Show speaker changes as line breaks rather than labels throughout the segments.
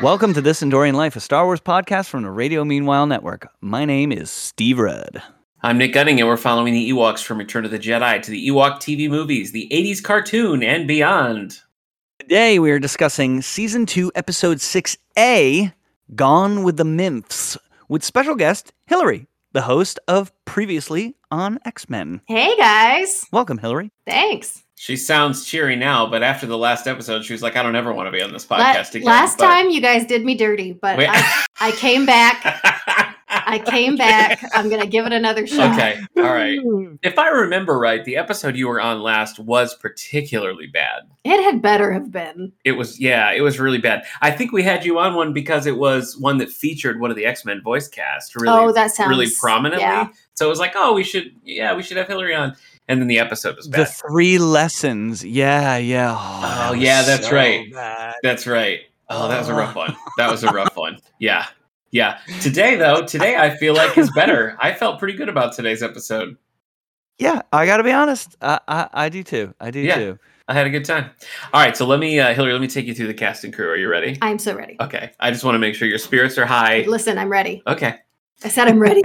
Welcome to This Endorian Life, a Star Wars podcast from the Radio Meanwhile Network. My name is Steve Rudd.
I'm Nick Gunning, and we're following the Ewoks from Return of the Jedi to the Ewok TV movies, the 80s cartoon, and beyond.
Today we are discussing Season 2, Episode 6A Gone with the Mimps, with special guest Hillary, the host of Previously on X Men.
Hey guys,
Welcome, Hillary.
thanks.
She sounds cheery now, but after the last episode, she was like, I don't ever want to be on this
La-
podcast again.
last
but-
time you guys did me dirty, but
Wait.
I, I came back. I came back. I'm gonna give it another shot.
okay, all right. If I remember right, the episode you were on last was particularly bad.
It had better have been.
It was, yeah, it was really bad. I think we had you on one because it was one that featured one of the X Men voice cast. Really,
oh, that sounds
really prominently.
Yeah.
So it was like, oh, we should, yeah, we should have Hillary on. And then the episode was bad.
The three lessons. Yeah, yeah. Oh, that
Oh,
was
yeah, that's
so
right.
bad.
That's right. Oh, that was a rough one. That was a rough one. Yeah. Yeah. Today, though, today I feel like is better. I felt pretty good about today's episode.
Yeah, I got to be honest. I, I, I do too. I do
Yeah.
too.
I had a good time. All right. So let me, uh, Hillary, let me take you through the cast and crew. Are you ready?
I'm so ready.
Okay. I just want to make sure your spirits are high.
Listen, I'm ready.
Okay.
I said I'm ready.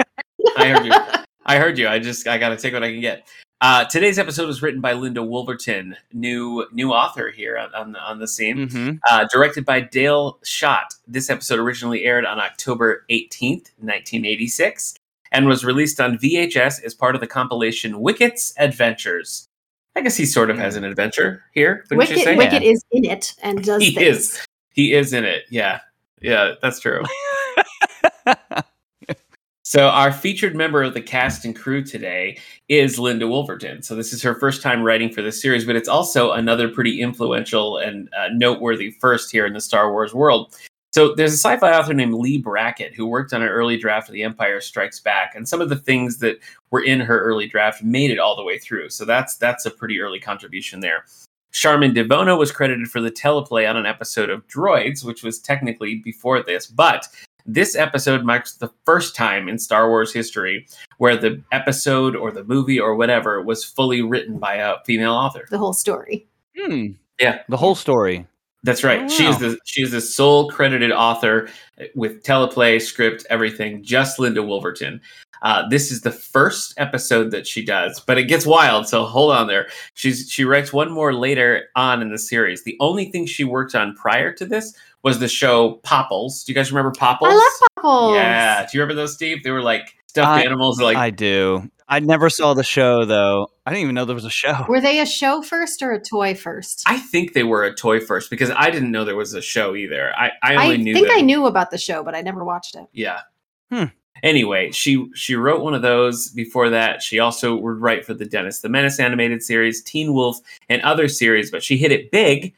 I heard you. I heard you. I just I gotta take what I can get. Uh, today's episode was written by Linda Wolverton, new new author here on on the, on the scene.
Mm-hmm.
Uh, directed by Dale Schott. This episode originally aired on October 18th, 1986, and was released on VHS as part of the compilation Wicket's Adventures. I guess he sort of has an adventure here, wouldn't you say?
Wicket, Wicket is in it and does
He
things.
is. He is in it. Yeah. Yeah, that's true. Hmm. So, our featured member of the cast and crew today is Linda Wolverton. So, this is her first time writing for this series, but it's also another pretty influential and uh, noteworthy first here in the Star Wars world. So, there's a sci fi author named Lee Brackett who worked on an early draft of The Empire Strikes Back, and some of the things that were in her early draft made it all the way through. So, that's, that's a pretty early contribution there. Charmin Devono was credited for the teleplay on an episode of Droids, which was technically before this, but this episode marks the first time in Star Wars history where the episode or the movie or whatever was fully written by a female author.
The whole story.
Hmm.
Yeah.
The whole story.
That's right.
Oh,
She is
wow.
the she is the sole credited author with teleplay, script, everything. Just Linda Wolverton. Uh, this is the first episode that she does, but it gets wild. So hold on there. She's she writes one more later on in the series. The only thing she worked on prior to this was the show Popples. Do you guys remember Popples?
I love Popples.
Yeah. Do you remember those, Steve? They were like stuffed
I-
animals. Like
I do. I never saw the show though. I didn't even know there was a show.
Were they a show first or a toy first?
I think they were a toy first because I didn't know there was a show either. I I only
I
knew.
think
them-
I knew about the show, but I never watched it.
Yeah.
Hmm.
Anyway, she she wrote one of those. Before that, she also would write for the Dennis the Menace animated series, Teen Wolf, and other series. But she hit it big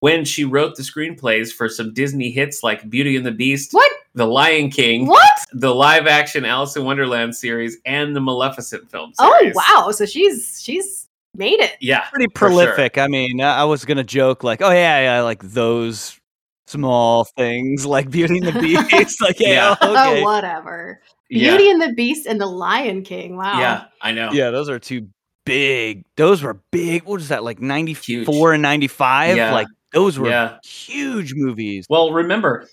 when she wrote the screenplays for some Disney hits like Beauty and the Beast,
What?
The Lion King,
What?
the live action Alice in Wonderland series, and the Maleficent film.
Oh
series.
wow! So she's she's made it.
Yeah.
Pretty
for sure.
prolific. I mean, I I was gonna joke like, oh yeah, yeah, like those small things like Beauty and the Beast. like yeah, okay.
Oh, whatever.
Yeah.
Beauty and the Beast and the Lion King. Wow.
Yeah, I know.
yeah, those are two big. Those were big. What is that like ninety four and ninety five?
Yeah.
Like those were
Yeah.
huge movies.
Well, remember,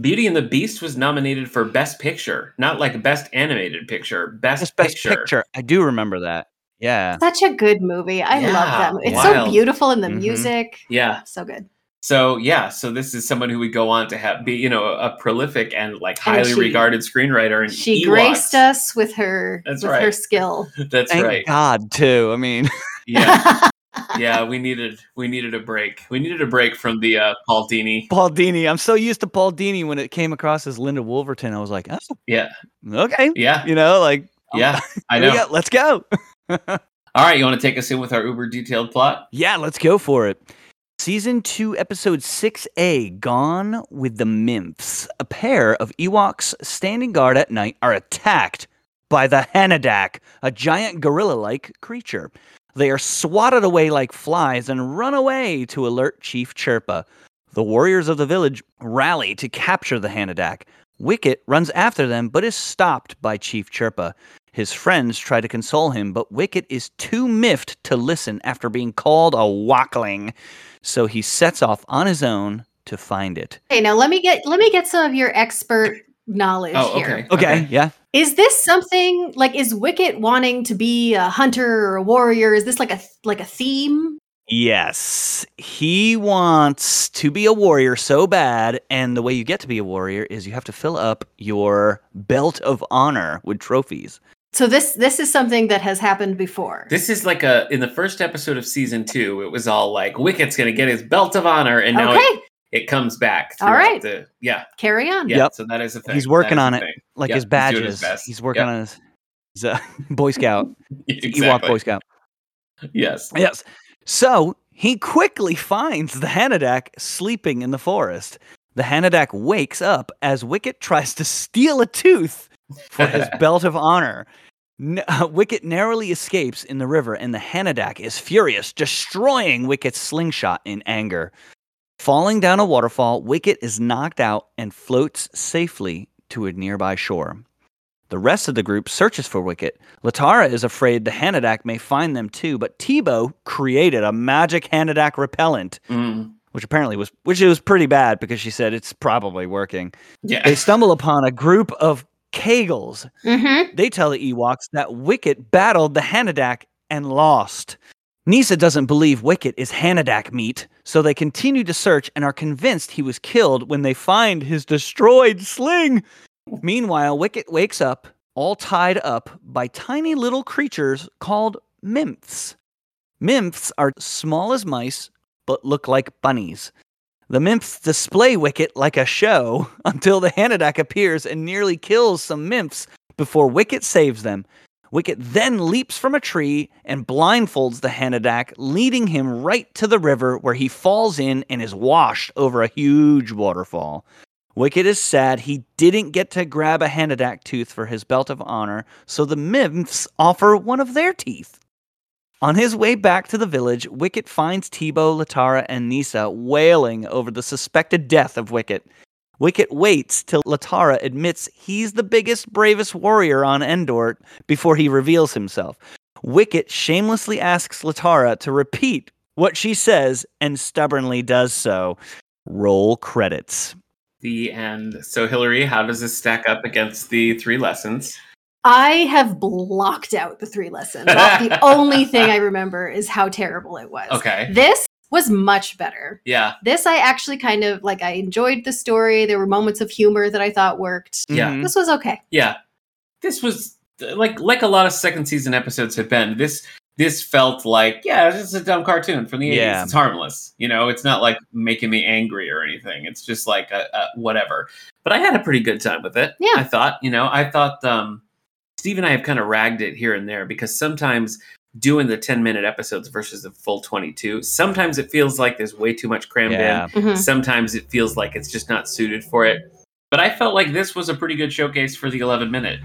Beauty and the Beast was nominated for Best Picture, not like Best Animated Picture, Best,
Just best
Picture.
picture. I do remember that. Yeah.
Such a good movie. I love
Yeah,
that. movie. It's
wild. Mm-hmm.
so beautiful in the
Mhm.
music.
Yeah.
So good.
So yeah, so this is someone who would go on to have be you know a prolific and like
And
highly
she-
regarded screenwriter. And
She
Ewoks.
graced us with her
That's
with her
right.
skill.
That's
Thank
right.
God too. I mean,
Yeah, yeah. We needed we needed a break. We needed a break from the uh, Paul Dini.
Paul Dini. I'm so used to Paul Dini when it came across as Linda Wolverton. I was like, oh,
Yeah.
okay.
Yeah,
You know, like,
yeah. I
Oh. here we
know.
go, let's go.
All right, you want to take us in with our uber detailed plot?
Yeah, let's go for it. Season 2, Episode 6A Gone with the Mimps. A pair of Ewoks standing guard at night are attacked by the Hanadak, a giant gorilla like creature. They are swatted away like flies and run away to alert Chief Chirpa. The warriors of the village rally to capture the Hanadak. Wicket runs after them but is stopped by Chief Chirpa. His friends try to console him, but Wicket is too miffed to listen after being called a wackling. So he sets off on his own to find it.
Okay, now let me get let me get some of your expert knowledge
Oh,
here.
okay.
Okay, yeah.
Is this something like is Wicket wanting to be a hunter or a warrior? Is this like a like a theme?
Yes. He wants to be a warrior so bad. And the way you get to be a warrior is you have to fill up your belt of honor with trophies.
So this this is something that has happened before.
This is like a in the first episode of season two. It was all like Wicket's going to get his belt of honor, and now
okay,
it, it comes back.
All
throughout
right.
the- yeah,
carry on.
yeah.
Yep.
So that is a thing.
He's working
That
on
is a
it.
thing.
Like
Yep,
his
he's doing
badges.
his
He's,
best.
working
Yep.
on his. He's a Boy Scout. Ewok
Exactly.
Boy Scout.
Yes.
Yes. So he quickly finds the Hanadak sleeping in the forest. The Hanadak wakes up as Wicket tries to steal a tooth for his belt of honor. N- uh, Wicket narrowly escapes in the river, and the Hanadak is furious, destroying Wicket's slingshot in anger. Falling down a waterfall, Wicket is knocked out and floats safely to a nearby shore. The rest of the group searches for Wicket. Latara is afraid the Hanadak may find them too, but Tebow created a magic Hanadak repellent,
Mm,
which apparently was which it was pretty bad because she said it's probably working. They
yeah.
stumble upon a group of Kagels.
Mm-hmm.
They tell the Ewoks that Wicket battled the Hanadak and lost. Nisa doesn't believe Wicket is Hanadak meat, so they continue to search and are convinced he was killed when they find his destroyed sling. Meanwhile, Wicket wakes up, all tied up by tiny little creatures called mimps. Mimps are small as mice, but look like bunnies. The mimps display Wicket like a show until the Hanadak appears and nearly kills some mimps before Wicket saves them. Wicket then leaps from a tree and blindfolds the Hanadak, leading him right to the river where he falls in and is washed over a huge waterfall. Wicket is sad he didn't get to grab a Hanadak tooth for his belt of honor, so the Mimps offer one of their teeth. On his way back to the village, Wicket finds Tebow, Latara, and Nisa wailing over the suspected death of Wicket. Wicket waits till Latara admits he's the biggest, bravest warrior on Endor before he reveals himself. Wicket shamelessly asks Latara to repeat what she says and stubbornly does so. Roll credits.
The end. So Hillary, how does this stack up against the three lessons?
I have blocked out the three lessons. All- the only thing I remember is how terrible it was.
Okay.
This was much better.
Yeah.
This I actually kind of like I enjoyed the story. There were moments of humor that I thought worked.
Yeah.
Mhm.
This was okay.
Yeah. This was like like a lot of second season episodes have been. This this felt like yeah, this is a dumb cartoon from the eighties.
Yeah.
It's harmless. You know, it's not like making me angry or anything. It's just like a, a whatever. But I had a pretty good time with it.
Yeah.
I thought you know I thought um, Steve and I have kind of ragged it here and there because sometimes doing the 10 minute episodes versus the full 22 sometimes it feels like there's way too much crammed in
Mhm.
sometimes it feels like it's just not suited for it. But I felt like this was a pretty good showcase for the 11 minute.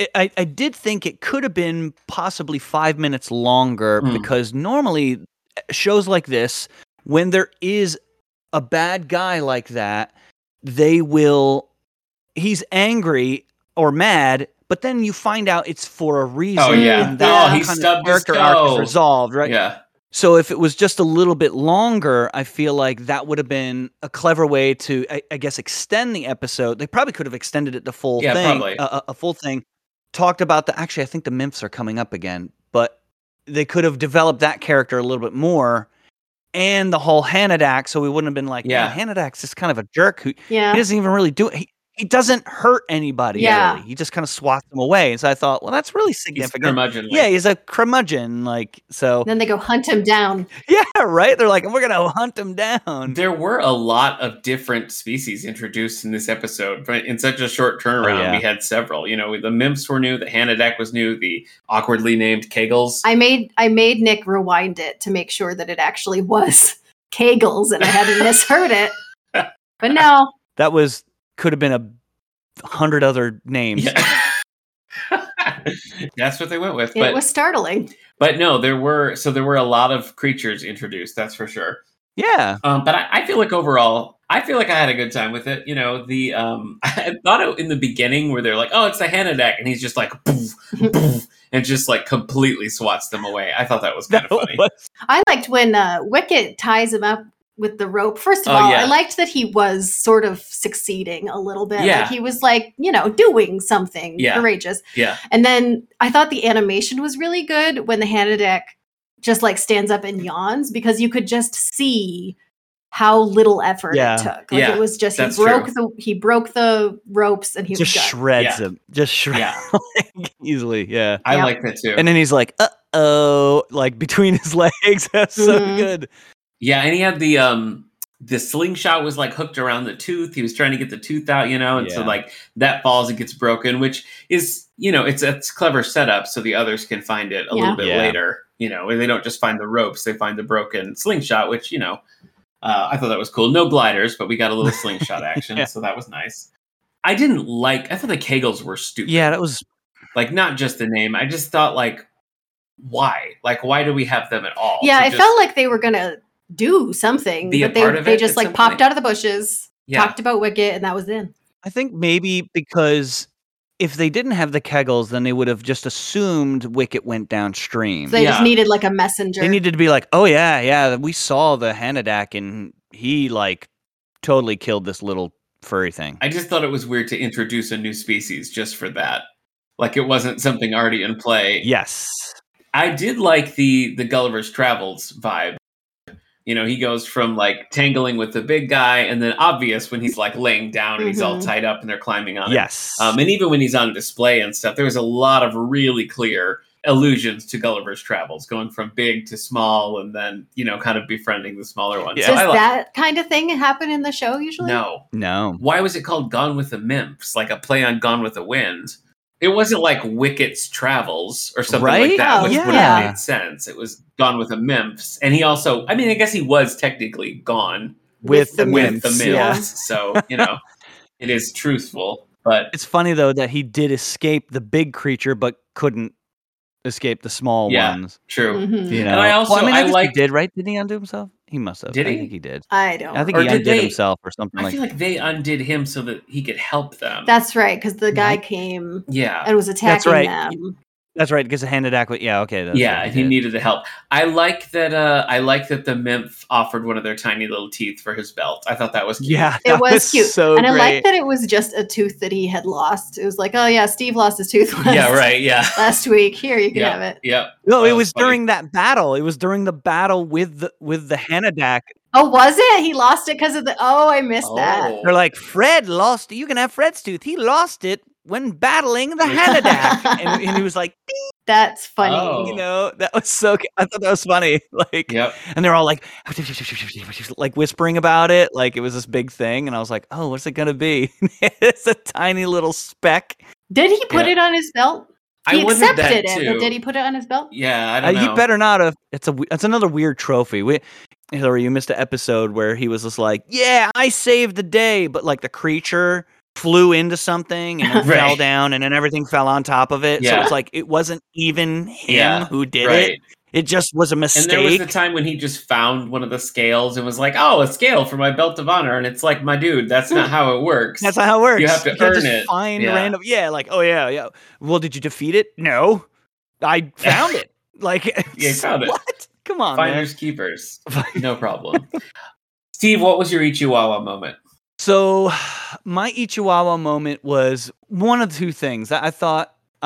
It- I, I did think it could have been possibly five minutes longer
Hmm.
because normally eh, shows like this, when there is a bad guy like that, they will, he's angry or mad, but then you find out it's for a reason.
yeah.
And that
Oh, he
kind of
stubbed his
character arc
toe.
is resolved, right?
Yeah.
So if it was just a little bit longer, I feel like that would have been a clever way to, I, I guess, extend the episode. They probably could have extended it the full
Yeah,
thing,
probably.
A, a- a full thing. Talked about the actually, I think the Mimps are coming up again, but they could have developed that character a little bit more, and the whole Hanadak. So we wouldn't have been like,
Yeah.
yeah, Hanadak's just kind of a jerk who he
Yeah.
doesn't even really do it. He, he doesn't hurt anybody.
Yeah.
really. he just kind of swats them away. And so I thought, well, that's really
He's
significant.
curmudgeonly.
yeah, he's a curmudgeon. Like so.
Then they go hunt him down.
Yeah, right. They're like, we're gonna hunt them down.
There were a lot of different species introduced in this episode, but in such a short turnaround,
Oh, yeah.
we had several. You know, the Mimps were new, the Hanadak was new, the awkwardly named Kegels.
I made I made Nick rewind it to make sure that it actually was Kegels and I hadn't misheard it. But no,
That was could have been a hundred other names.
Yeah. That's what they went with.
it
but
was startling.
but no, there were so there were a lot of creatures introduced, that's for sure.
Yeah.
Um, but I, I feel like overall, I feel like I had a good time with it. You know, the um, I thought it, in the beginning where they're like, "Oh, it's the Hanadak," and he's just like, poof, poof, and just like completely swats them away. I thought that was kind
That
of funny.
was-
I liked when uh, Wicket ties him up with the rope. First of
Oh,
all,
yeah.
I liked that he was sort of succeeding a little bit.
Yeah.
Like he was like, you know, doing something
Yeah.
courageous.
Yeah.
And then I thought the animation was really good when the Hanadek just like stands up and yawns because you could just see how little effort
Yeah.
it took. Like
Yeah,
it was just he
that's
broke the he broke the ropes and he
just
was done.
shreds him. Just shreds
Yeah.
easily. Yeah.
I
Yeah.
like that too.
And then he's like, uh oh, like between his legs. That's so
Mhm.
good.
yeah, and he had the um the slingshot was like hooked around the tooth. He was trying to get the tooth out, you know, and so
Yeah.
like that falls and gets broken, which is you know it's it's clever setup so the others can find it a
Yeah.
little bit
Yeah.
later. You know, and they don't just find the ropes; they find the broken slingshot, which you know. Uh, I thought that was cool. No gliders, but we got a little slingshot action,
Yeah.
so that was nice. I didn't like. I thought the Kegels were stupid.
Yeah, that was
like not just the name. I just thought like, why? Like, why do we have them at all?
Yeah,
To
it
just
felt like they were gonna do something,
be a
but they
part of
they
it
just
at
like
some
popped
point.
out of the bushes,
yeah,
talked about Wicket, and that was it.
I think maybe because if they didn't have the kegels, then they would have just assumed Wicket went downstream.
So they just
Yeah.
needed like a messenger.
They needed to be like, oh yeah, yeah, we saw the Hanadak and he like totally killed this little furry thing.
I just thought it was weird to introduce a new species just for that. Like it wasn't something already in play.
yes.
I did like the the Gulliver's Travels vibe. You know, he goes from like tangling with the big guy, and then obvious when he's like laying down and he's all
Mhm.
tied up, and they're climbing on him.
Yes.
Um, and even when he's on display and stuff, there was a lot of really clear allusions to Gulliver's Travels, going from big to small, and then you know, kind of befriending the smaller ones.
Yeah.
So
Does
I like-
that kind of thing happen in the show usually?
no.
no.
Why was it called Gone with the Mimps? Like a play on Gone with the Wind. It wasn't like Wicket's Travels or something like
Right?
that,
Oh,
which would
yeah.
have made sense. It was Gone with the Mimps, and he also, I mean, I guess he was technically gone
With, the wimps.
with the Mimps,
Yeah.
so you know, it is truthful, but
It's funny though that he did escape the big creature but couldn't escape the small
Yeah.
ones.
true.
Mhm.
You know.
And I also-
well, I, mean,
I
guess he
liked-
did, right? Did he undo himself? He must have.
Did
I
he?
think he did.
I don't.
I think
Or
he
did
undid
they-
himself or something
I
like
feel like they undid him so that he could help them.
That's right, because the guy
Right?
came
yeah,
and was attacking
right.
them.
That's right, because the handed aqua yeah, okay. That's
yeah.
right,
He
did.
needed the help. I like that. Uh, I like that the nymph offered one of their tiny little teeth for his belt. I thought that was cute.
Yeah.
It
that
was cute,
So
and I like
great.
that it was just a tooth that he had lost. It was like, oh yeah, Steve lost his tooth last,
yeah, right. Yeah,
last week. Here, you can have it.
yeah.
No,
That
it
was
was
funny.
during that battle. It was during the battle with the with the Hanadak.
Oh, was it? He lost it because of the. Oh, I missed that.
They're
Oh.
like, Fred lost. You can have Fred's tooth. He lost it when battling the Hanadak, and, and he was like,
That's funny.
Oh.
you know, that was so. cu- I thought that was funny. Like,
Yep.
and they're all like, like whispering about it, like it was this big thing. And I was like, oh, what's it gonna be? it's a tiny little speck.
Did he put
Yeah.
it on his belt? He
I wondered that
accepted it,
too.
but did he put it on his belt?
Yeah, I
Uh,
don't know.
he better not have. It's a. w- It's another weird trophy. We, Hillary, you missed an episode where he was just like, yeah, I saved the day, but like the creature flew into something and then fell
Right.
down, and then everything fell on top of it. So
Yeah.
it's like it wasn't even him
Yeah,
who did
right.
it. It just was a
And there was
mistake.
the time when he just found one of the scales and was like, "Oh, a scale for my belt of honor," and it's like, "My dude, that's not how it works."
That's not how it works.
You have to
can't
earn
just
it.
Find
Yeah.
random. Yeah, like oh yeah, yeah. Well, did you defeat it? No, I found it. Like
Yeah, you found it.
What? Come on, man.
Finders keepers. No problem. Steve, what was your Ichiwawa moment?
So, my Ichiwawa moment was one of two things. I I thought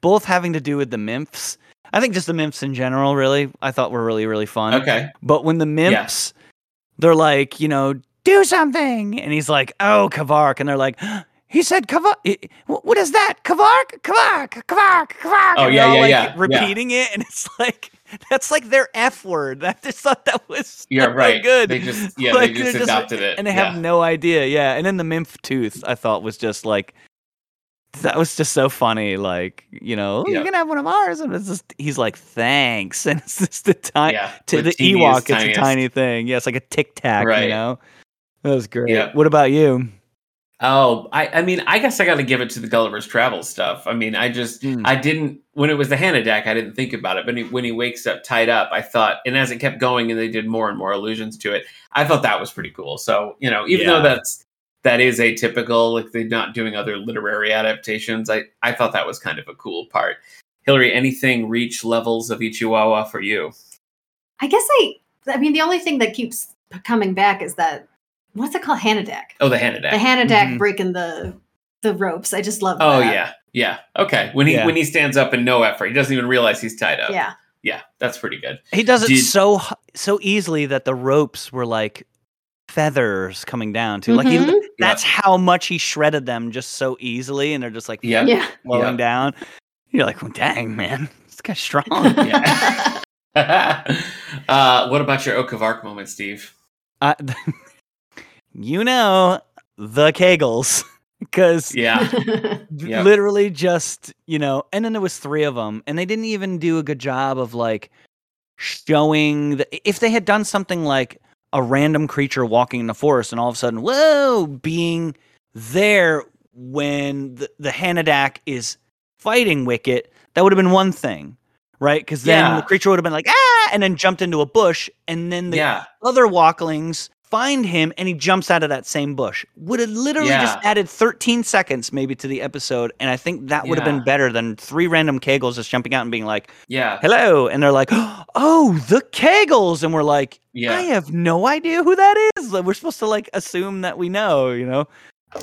both having to do with the Mimps. I think just the Mimps in general, really, I thought were really, really fun.
Okay.
But when the Mimps, they're like, you know, do something. And he's like, oh, Kavark. And they're like, he said Kavark. i- wh- What is that? Kavark? Kavark? Kavark? Kavark.
Oh,
and
yeah,
they're all,
yeah,
like,
yeah, yeah.
Repeating it. And it's like, that's like their F word. I just thought that was
Yeah,
so
right.
good.
They just yeah,
Like,
they
they're
just
just-
adopted it.
and they have
yeah.
no idea. Yeah, and then the Mimp Tooth, I thought was just like that was just so funny. Like you know, "Oh,
Yeah.
you can have one of ours, and it's just he's like, thanks, and it's just the time
yeah,
to the
teeniest,
Ewok. It's
tiniest.
a tiny thing. Yeah, it's like a tic tac.
Right.
You know, that was great.
Yeah.
What about you?
Oh, I, I mean, I guess I got to give it to the Gulliver's Travel stuff. I mean, I just,
Mm.
I didn't, when it was the Hannah deck, I didn't think about it. But he, when he wakes up tied up, I thought, and as it kept going and they did more and more allusions to it, I thought that was pretty cool. So, you know, even though
Yeah.
that's, that is atypical, like they're not doing other literary adaptations, I, I thought that was kind of a cool part. Hillary, anything reach levels of Ichiwawa for you?
I guess I. I mean, the only thing that keeps coming back is that what's it called? Hanadak.
Oh, the Hanadak.
The Hanadak
Mhm.
breaking the the ropes. I just love.
oh
that.
yeah, yeah. Okay, when he
Yeah.
when he stands up in no effort, he doesn't even realize he's tied up.
yeah.
yeah. That's pretty good.
He does it
Did-
so h- so easily that the ropes were like feathers coming down too. Like he,
Mhm.
that's how much he shredded them just so easily, and they're just like
Yeah.
Yeah.
flowing
Yeah.
down. You're like, well, dang man, this guy's strong.
Yeah. uh, what about your Oak of Arc moment, Steve?
I, you know the Kegels because
Yeah, Yeah.
literally just you know and then there was three of them and they didn't even do a good job of like showing the, if they had done something like a random creature walking in the forest and all of a sudden whoa being there when the, the hanadak is fighting wicket that would have been one thing right because then
Yeah.
the creature would have been like ah and then jumped into a bush and then the
yeah,
other walklings find him and he jumps out of that same bush. Would have literally just added 13 seconds maybe to the episode. And I think that would have
Yeah.
been better than three random Kegels just jumping out and being like,
yeah,
hello. And they're like, oh, the Kegels. And we're like, I
yeah.
have no idea who that is. Like, We're supposed to like assume that we know, you know?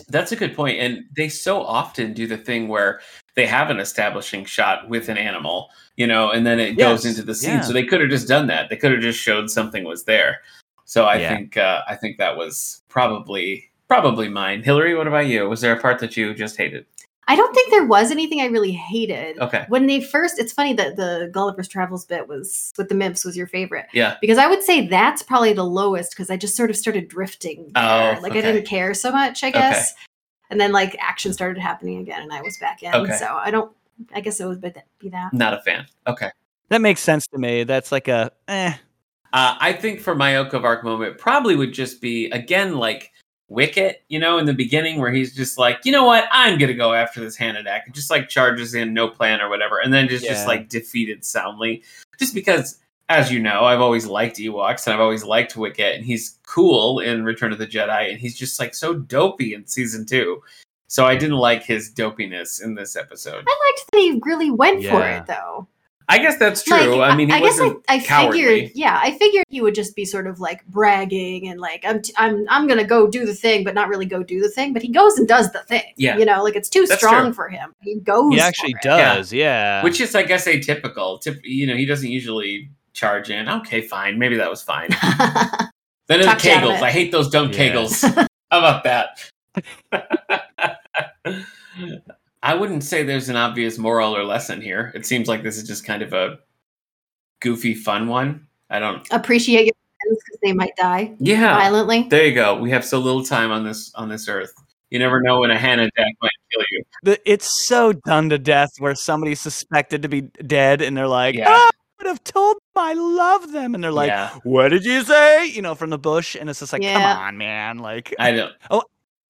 That's a good point. And they so often do the thing where they have an establishing shot with an animal, you know, and then it goes
Yes,
into the scene.
yeah.
So they could have just done that. They could have just showed something was there. So I
Yeah.
think uh, I think that was probably probably mine. Hillary, what about you? Was there a part that you just hated?
I don't think there was anything I really hated.
Okay.
When they first, it's funny that the Gulliver's Travels bit was with the Mimps was your favorite.
Yeah.
Because I would say that's probably the lowest because I just sort of started drifting. There.
Oh,
like
okay.
I didn't care so much, I guess. And then like action started happening again and I was back in.
Okay.
So I don't, I guess it would be that. Be that.
Not a fan. Okay.
That makes sense to me. That's like a, eh.
Uh, I think for my Oak of Arc moment, probably would just be again like Wicket, you know, in the beginning where he's just like, you know what, I'm gonna go after this Hanadak, and just like charges in, no plan or whatever, and then just just
Yeah.
like defeated soundly, just because. As you know, I've always liked Ewoks and I've always liked Wicket, and he's cool in Return of the Jedi, and he's just like so dopey in season two. So I didn't like his dopiness in this episode.
I liked that he really went for
Yeah.
it though.
I guess that's
Like,
true. I mean, he
I guess I,
wasn't
I figured,
cowardly.
yeah, I figured he would just be sort of like bragging and like I'm t- I'm I'm gonna go do the thing, but not really go do the thing. But he goes and does the thing.
Yeah.
you know, like it's too
That's
strong
true.
for him. He goes.
he
for
actually
it.
does. Yeah.
which is i guess atypical Tip, you know he doesn't usually charge in okay fine maybe that was fine then the
Talked you out of
kegels
it.
i hate those dumb
Yeah.
kegels how about that i wouldn't say there's an obvious moral or lesson here it seems like this is just kind of a goofy fun one i don't
Appreciate your friends because they might die
yeah
violently.
there you go we have so little time on this on this earth you never know when a hand attack might kill you
The- it's so done to death where somebody's suspected to be dead and they're like,
Yeah.
"Ah, I would have told them I love them. And they're like,
yeah
what did you say? You know, from the bush. And it's just like,
Yeah.
come on, man. Like, I,
i don't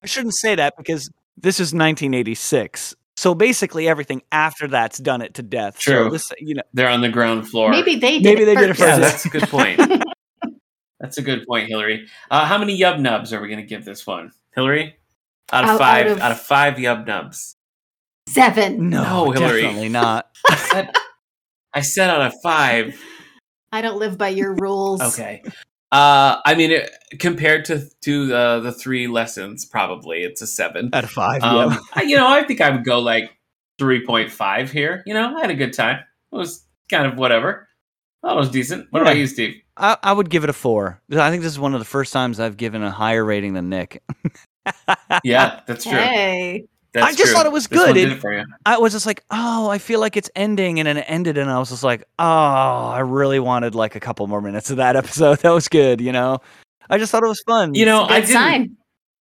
shouldn't say that because this is 1986. So basically, everything after that's done it to death.
True.
So this, you know,
they're on the ground floor
Maybe they did.
Maybe
it
they did it
first.
Yeah,
first.
that's a good point. that's a good point, Hillary. Uh, how many yub nubs are we going to give this one, Hillary? Out of
Out- out
five, out of,
of-
five yub nubs.
Seven.
no,
No, Hillary.
definitely not.
I said, I said out of five.
I don't live by your rules.
Okay. Uh, I mean, it, compared to to uh, the three lessons, probably it's a seven.
Out of five.
Um,
yeah.
I- you know, I think I would go like three point five here. You know, I had a good time. It was kind of whatever. That was decent. What about
Yeah.
you, Steve?
I, I would give it a four. I think this is one of the first times I've given a higher rating than Nick.
Yeah, that's true.
Hey.
That's
I just
true.
thought it was
This one
good.
did
It-
it for you.
I was just like, oh, I feel like it's ending, and then it ended, and I was just like, oh, I really wanted like a couple more minutes of that episode. That was good, you know. I just thought it was fun.
You know,
Good
I didn't.
sign.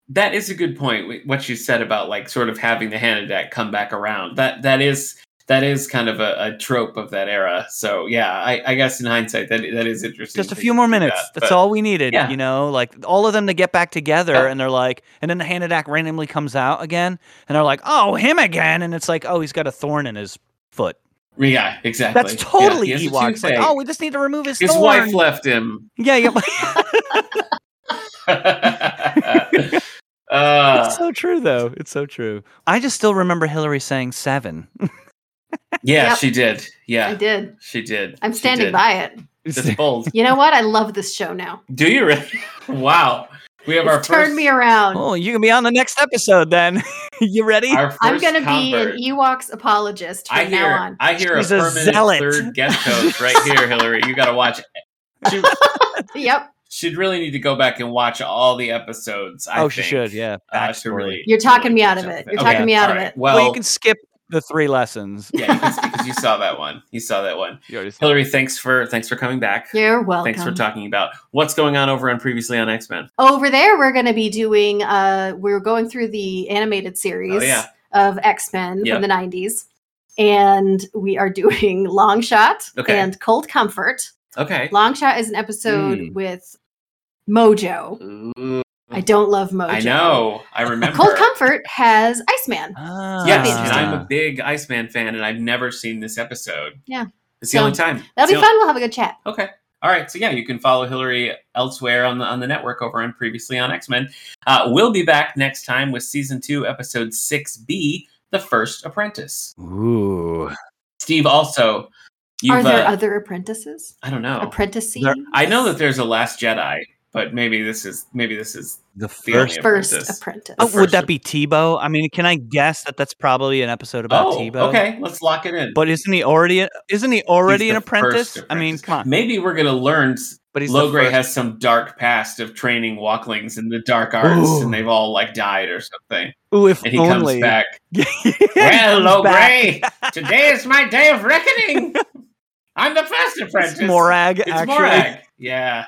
that is a good point wh- what you said about like sort of having the hanadak come back around that that is that is kind of a, a trope of that era so yeah i, I guess in hindsight that that is interesting
just a
that
few
you
more
did
minutes.
that,
That's
but-
all we needed.
Yeah.
You know, like all of them to get back together,
Yeah.
and they're like, and then the Hanadak randomly comes out again, and they're like, oh, him again, and it's like, oh, he's got a thorn in his foot.
yeah exactly
That's
Yeah,
totally
he has a
Ewok. It's Like,
toothache.
oh, we just need to remove his,
his
thorn.
wife left him
yeah, yeah.
Uh,
it's so true though. It's so true. I just still remember Hillary saying seven.
yeah
Yep.
she did
I
yeah
did.
she did
I'm
She
standing
did.
by it.
That's bold.
You know what? I love this show now.
Do you really? Wow. We have our
It's turned
first,
me around.
Oh, you can be on the next episode then. you ready?
Our first
I'm gonna
convert.
be an Ewoks apologist from
I hear,
now on.
I hear
She's
a
a
permanent
zealot.
third guest host right here, Hillary. You got to watch. She,
Yep.
she'd really need to go back and watch all the episodes. I
oh,
think,
she should. Yeah.
Uh, to
Backstory.
really,
You're
really
talking me
catch
out of
up
it.
with
You're talking me out of
all right.
it.
Well,
Well, you can skip the three lessons.
yeah, you can, because you saw that one. You saw that one.
You already said-
Hillary, thanks for thanks for coming back.
You're welcome.
Thanks for talking about what's going on over on previously on X Men.
Over there, we're going to be doing. Uh, we're going through the animated series
Oh, yeah.
of X Men
Yep.
from the '90s, and we are doing Long Shot
Okay.
and Cold Comfort.
Okay.
Long Shot is an episode
Hmm.
Mm.
with Mojo.
Ooh,
I don't love Mojo.
I know. I remember.
Cold Comfort has Iceman.
Ah.
Yes,
Ah.
and I'm a big Iceman fan, and I've never seen this episode.
Yeah.
it's the
So,
only time. It's
That'll
the
be fun. We'll have a good chat.
Okay. All right. So yeah, you can follow Hillary elsewhere on the on the network over on previously on X Men. Uh, we'll be back next time with season two, episode six B, the First Apprentice.
Ooh.
Steve, also, you've
are there
uh,
other apprentices?
I don't know.
Apprentices?
There-
I know that there's a Last Jedi, but maybe this is maybe this is
The
the only
first.
first
apprentice.
apprentice.
Oh,
first-
would that be Tebow? I mean, can I guess that that's probably an episode about
oh,
Tebow?
okay. Let's lock it in.
But isn't he already? Isn't he
He's
already
the
an
first
apprentice? I mean,
apprentice.
come on.
Maybe we're gonna learn. s-
But he's the
Low Gray
first-
has some dark past of training walklings in the dark arts,
Ooh.
and they've all like died or something.
Ooh, if
And he
only.
comes back.
He
Well,
comes
Low
back.
Gray, today is my day of reckoning. I'm the first apprentice.
It's Morag,
It's
actually.
Morag. Yeah.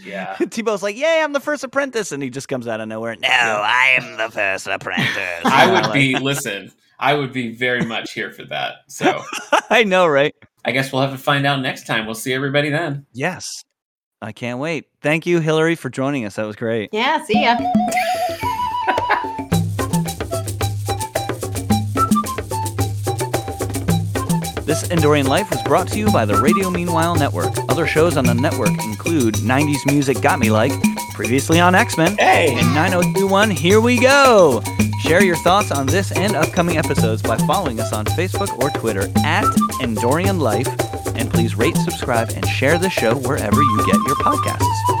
Yeah.
Tebow's like, "Yay, I'm the first apprentice," and he just comes out of nowhere. No, I am the first apprentice.
I
You know,
would
like-
be, listen, I would be very much here for that. So
I know, right?
I guess we'll have to find out next time. We'll see everybody then.
Yes, I can't wait. Thank you, Hillary, for joining us. That was great.
Yeah, see ya.
This Endorian Life was brought to you by the Radio Meanwhile Network. Other shows on the network include 90s Music Got Me Like, previously on X Men,
Hey.
and 9021 Here We Go. Share your thoughts on this and upcoming episodes by following us on Facebook or Twitter at Endorian Life. And please rate, subscribe, and share the show wherever you get your podcasts.